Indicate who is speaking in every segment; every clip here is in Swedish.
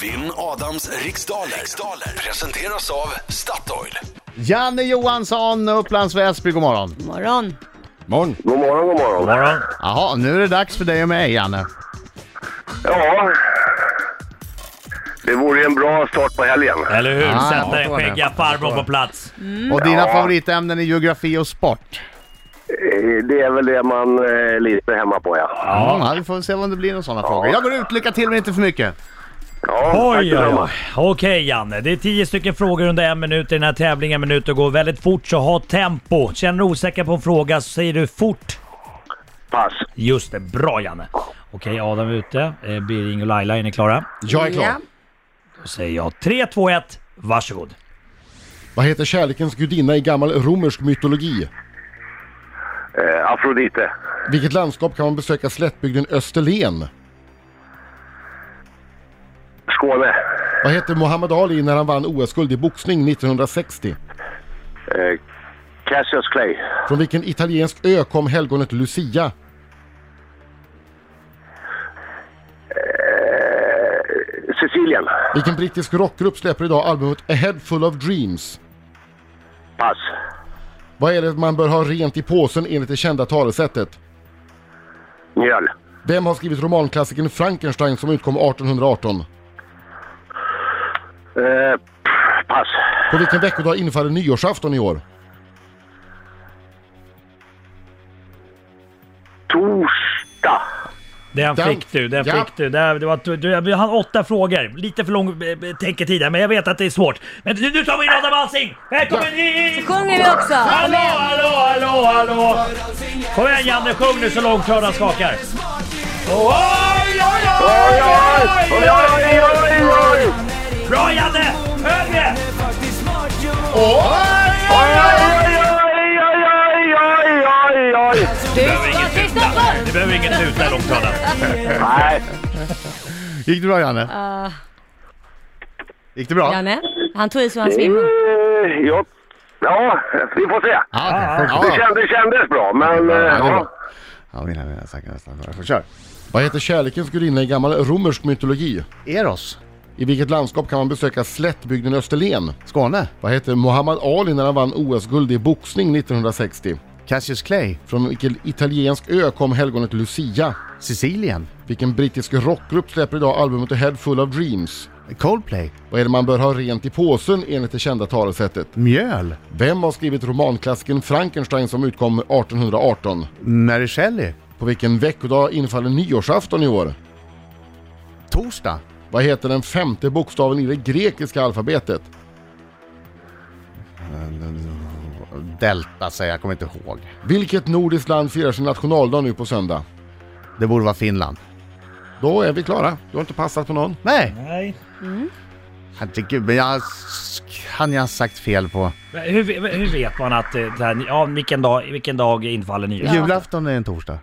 Speaker 1: Vinn Adams riksdaler. riksdaler presenteras av Statoil.
Speaker 2: Janne Johansson, Upplands Väsby, god morgon.
Speaker 3: Morgon.
Speaker 4: Morgon.
Speaker 5: God morgon, god morgon.
Speaker 2: Jaha, nu är det dags för dig och mig, Janne.
Speaker 5: Ja. Det vore ju en bra start på helgen.
Speaker 6: Eller hur?
Speaker 2: Ah,
Speaker 6: Sätter
Speaker 4: jag
Speaker 6: den
Speaker 4: förstår det.
Speaker 6: skäggiga
Speaker 4: Jag
Speaker 6: farbrorn
Speaker 4: förstår.
Speaker 6: på plats.
Speaker 2: Och dina
Speaker 5: Ja.
Speaker 2: favoritämnen är geografi och sport.
Speaker 5: Eh, Det är väl det man eh, är lite hemma på, ja.
Speaker 2: Ja. Mm, ja, vi får se om det blir några sådana frågor. Jag går ut, lycka till men inte för mycket.
Speaker 5: ja tack
Speaker 6: Oj, oj,
Speaker 5: detsamma.
Speaker 6: oj. Okej Janne, det är tio stycken frågor under en minut i den här tävlingen. Minuter går väldigt fort så ha tempo. Känner du osäker på en fråga så säger du fort.
Speaker 5: Pass.
Speaker 6: Just det, bra Janne. Okej, Adam är ute. Eh, Birging och Laila, är ni klara?
Speaker 4: Jag är klar.
Speaker 3: Ja.
Speaker 6: Då säger jag 3, 2, 1, varsågod.
Speaker 4: Vad heter kärlekens gudinna i gammal romersk mytologi?
Speaker 5: Eh, Afrodite.
Speaker 4: Vilket landskap kan man besöka slättbygden Österlen?
Speaker 5: Skåne.
Speaker 4: Vad hette Muhammad Ali när han vann OS-guld i boxning 1960?
Speaker 5: Eh, Cassius Clay.
Speaker 4: Från vilken italiensk ö kom helgonet Lucia?
Speaker 5: Eh, Sicilien.
Speaker 4: Vilken brittisk rockgrupp släpper idag albumet A Head Full of Dreams?
Speaker 5: Pass.
Speaker 4: Vad är det man bör ha rent i påsen enligt det kända talesättet?
Speaker 5: Mjöl.
Speaker 4: Vem har skrivit romanklassikern Frankenstein som utkom 1818?
Speaker 5: Eh, pff, pass.
Speaker 4: På vilken veckodag infaller nyårsafton i år?
Speaker 5: Torsdag.
Speaker 6: Den
Speaker 4: Den-
Speaker 6: fick du, den
Speaker 4: Ja.
Speaker 6: fick du. Där, det var, du. Vi hann åtta frågor. Lite för lång eh, eh, tänketid här, men jag vet att det är svårt. Men nu, nu tar vi in Adam Alsing! Välkommen in!
Speaker 3: Sjunger vi också?
Speaker 6: Hallå, hallå, hallå, hallå! Kom igen Janne, sjung nu så långt öronen skakar. Oj, oj, oj, oj, oj, oj, oj, oj, oj. Bra Janne! Högre!
Speaker 3: Du ska till Stockholm!
Speaker 6: Du behöver ingen tuta i långtradaren.
Speaker 5: Nej.
Speaker 2: Gick det bra, Janne?
Speaker 3: Ah,
Speaker 2: Gick det bra?
Speaker 3: Janne, han tog i så han svimmade.
Speaker 5: Eh, ja. ja, vi får se.
Speaker 2: Ja, okej.
Speaker 5: Det
Speaker 2: Ja,
Speaker 5: kändes, kändes bra, men... eh,
Speaker 4: det är
Speaker 5: ja.
Speaker 4: bra.
Speaker 2: ja, mina vänner, tackar nästan. Jag får köra.
Speaker 4: Vad heter kärlekens gudinna i gammal romersk mytologi?
Speaker 2: Eros,
Speaker 4: I vilket landskap kan man besöka slättbygden Österlen?
Speaker 2: Skåne,
Speaker 4: Vad hette Muhammad Ali när han vann OS-guld i boxning 1960?
Speaker 2: Cassius Clay,
Speaker 4: Från vilken italiensk ö kom helgonet Lucia?
Speaker 2: Sicilien,
Speaker 4: Vilken brittisk rockgrupp släpper idag albumet A Head Full of Dreams?
Speaker 2: Coldplay,
Speaker 4: Vad är det man bör ha rent i påsen enligt det kända talesättet?
Speaker 2: Mjöl,
Speaker 4: Vem har skrivit romanklassikern Frankenstein som utkom 1818?
Speaker 2: Mary Shelley,
Speaker 4: På vilken veckodag infaller nyårsafton i år?
Speaker 2: Torsdag,
Speaker 4: Vad heter den femte bokstaven i det grekiska alfabetet?
Speaker 2: Delta säger jag, jag kommer inte ihåg.
Speaker 4: Vilket nordiskt land firar sin nationaldag nu på söndag?
Speaker 2: Det borde vara Finland.
Speaker 4: Då är vi klara. Du har inte passat på någon.
Speaker 2: Nej!
Speaker 6: Nej.
Speaker 2: Herregud, men jag sk- han jag sagt fel på.
Speaker 6: Men Hur, hur vet man att eh, det här, ja, vilken, dag, vilken dag infaller nyår?
Speaker 2: Julafton är en torsdag.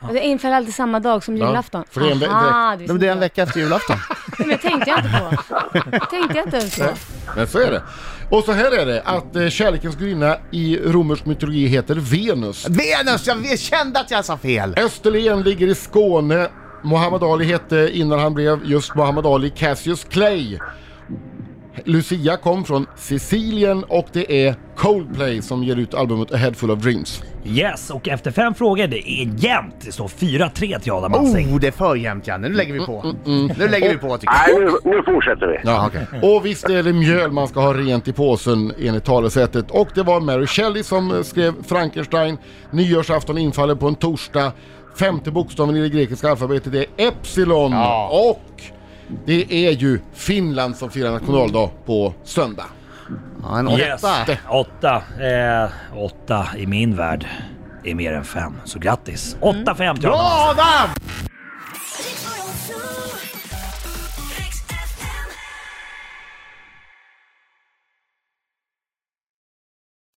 Speaker 3: Och det infaller alltid samma dag som julafton.
Speaker 4: för det är en ve-
Speaker 3: Aha, du
Speaker 2: Nej, men det är en vecka efter julafton.
Speaker 3: Men det tänkte jag inte på. tänkte jag inte ens på.
Speaker 4: Men så är det. Och så här är det att eh, kärlekens gudinna i romersk mytologi heter Venus.
Speaker 2: Venus! Jag kände att jag sa fel!
Speaker 4: Österlen ligger i Skåne. Muhammad Ali hette innan han blev just Muhammad Ali Cassius Clay. Lucia kom från Sicilien och det är Coldplay som ger ut albumet A Head Full of Dreams.
Speaker 6: Yes, och efter fem frågor, det är jämnt. Det står 4-3 till Adam Alsing.
Speaker 2: Oh, Mm, det är för jämnt Janne. Nu lägger vi på. Nu lägger vi på tycker jag.
Speaker 5: Nej, nu, nu fortsätter vi.
Speaker 4: Ja. Och visst är det mjöl man ska ha rent i påsen enligt talesättet. Och det var Mary Shelley som skrev Frankenstein. Nyårsafton infaller på en torsdag. Femte bokstaven i det grekiska alfabetet är Epsilon. Och det är ju Finland som firar nationaldag på söndag.
Speaker 2: Ja, en Oh, åtta.
Speaker 6: Yes. Åtta. Eh, åtta i min värld är mer än fem, så grattis. 8-5 till Adam Alsing.
Speaker 2: Adam!
Speaker 7: Rick Morgonzoo.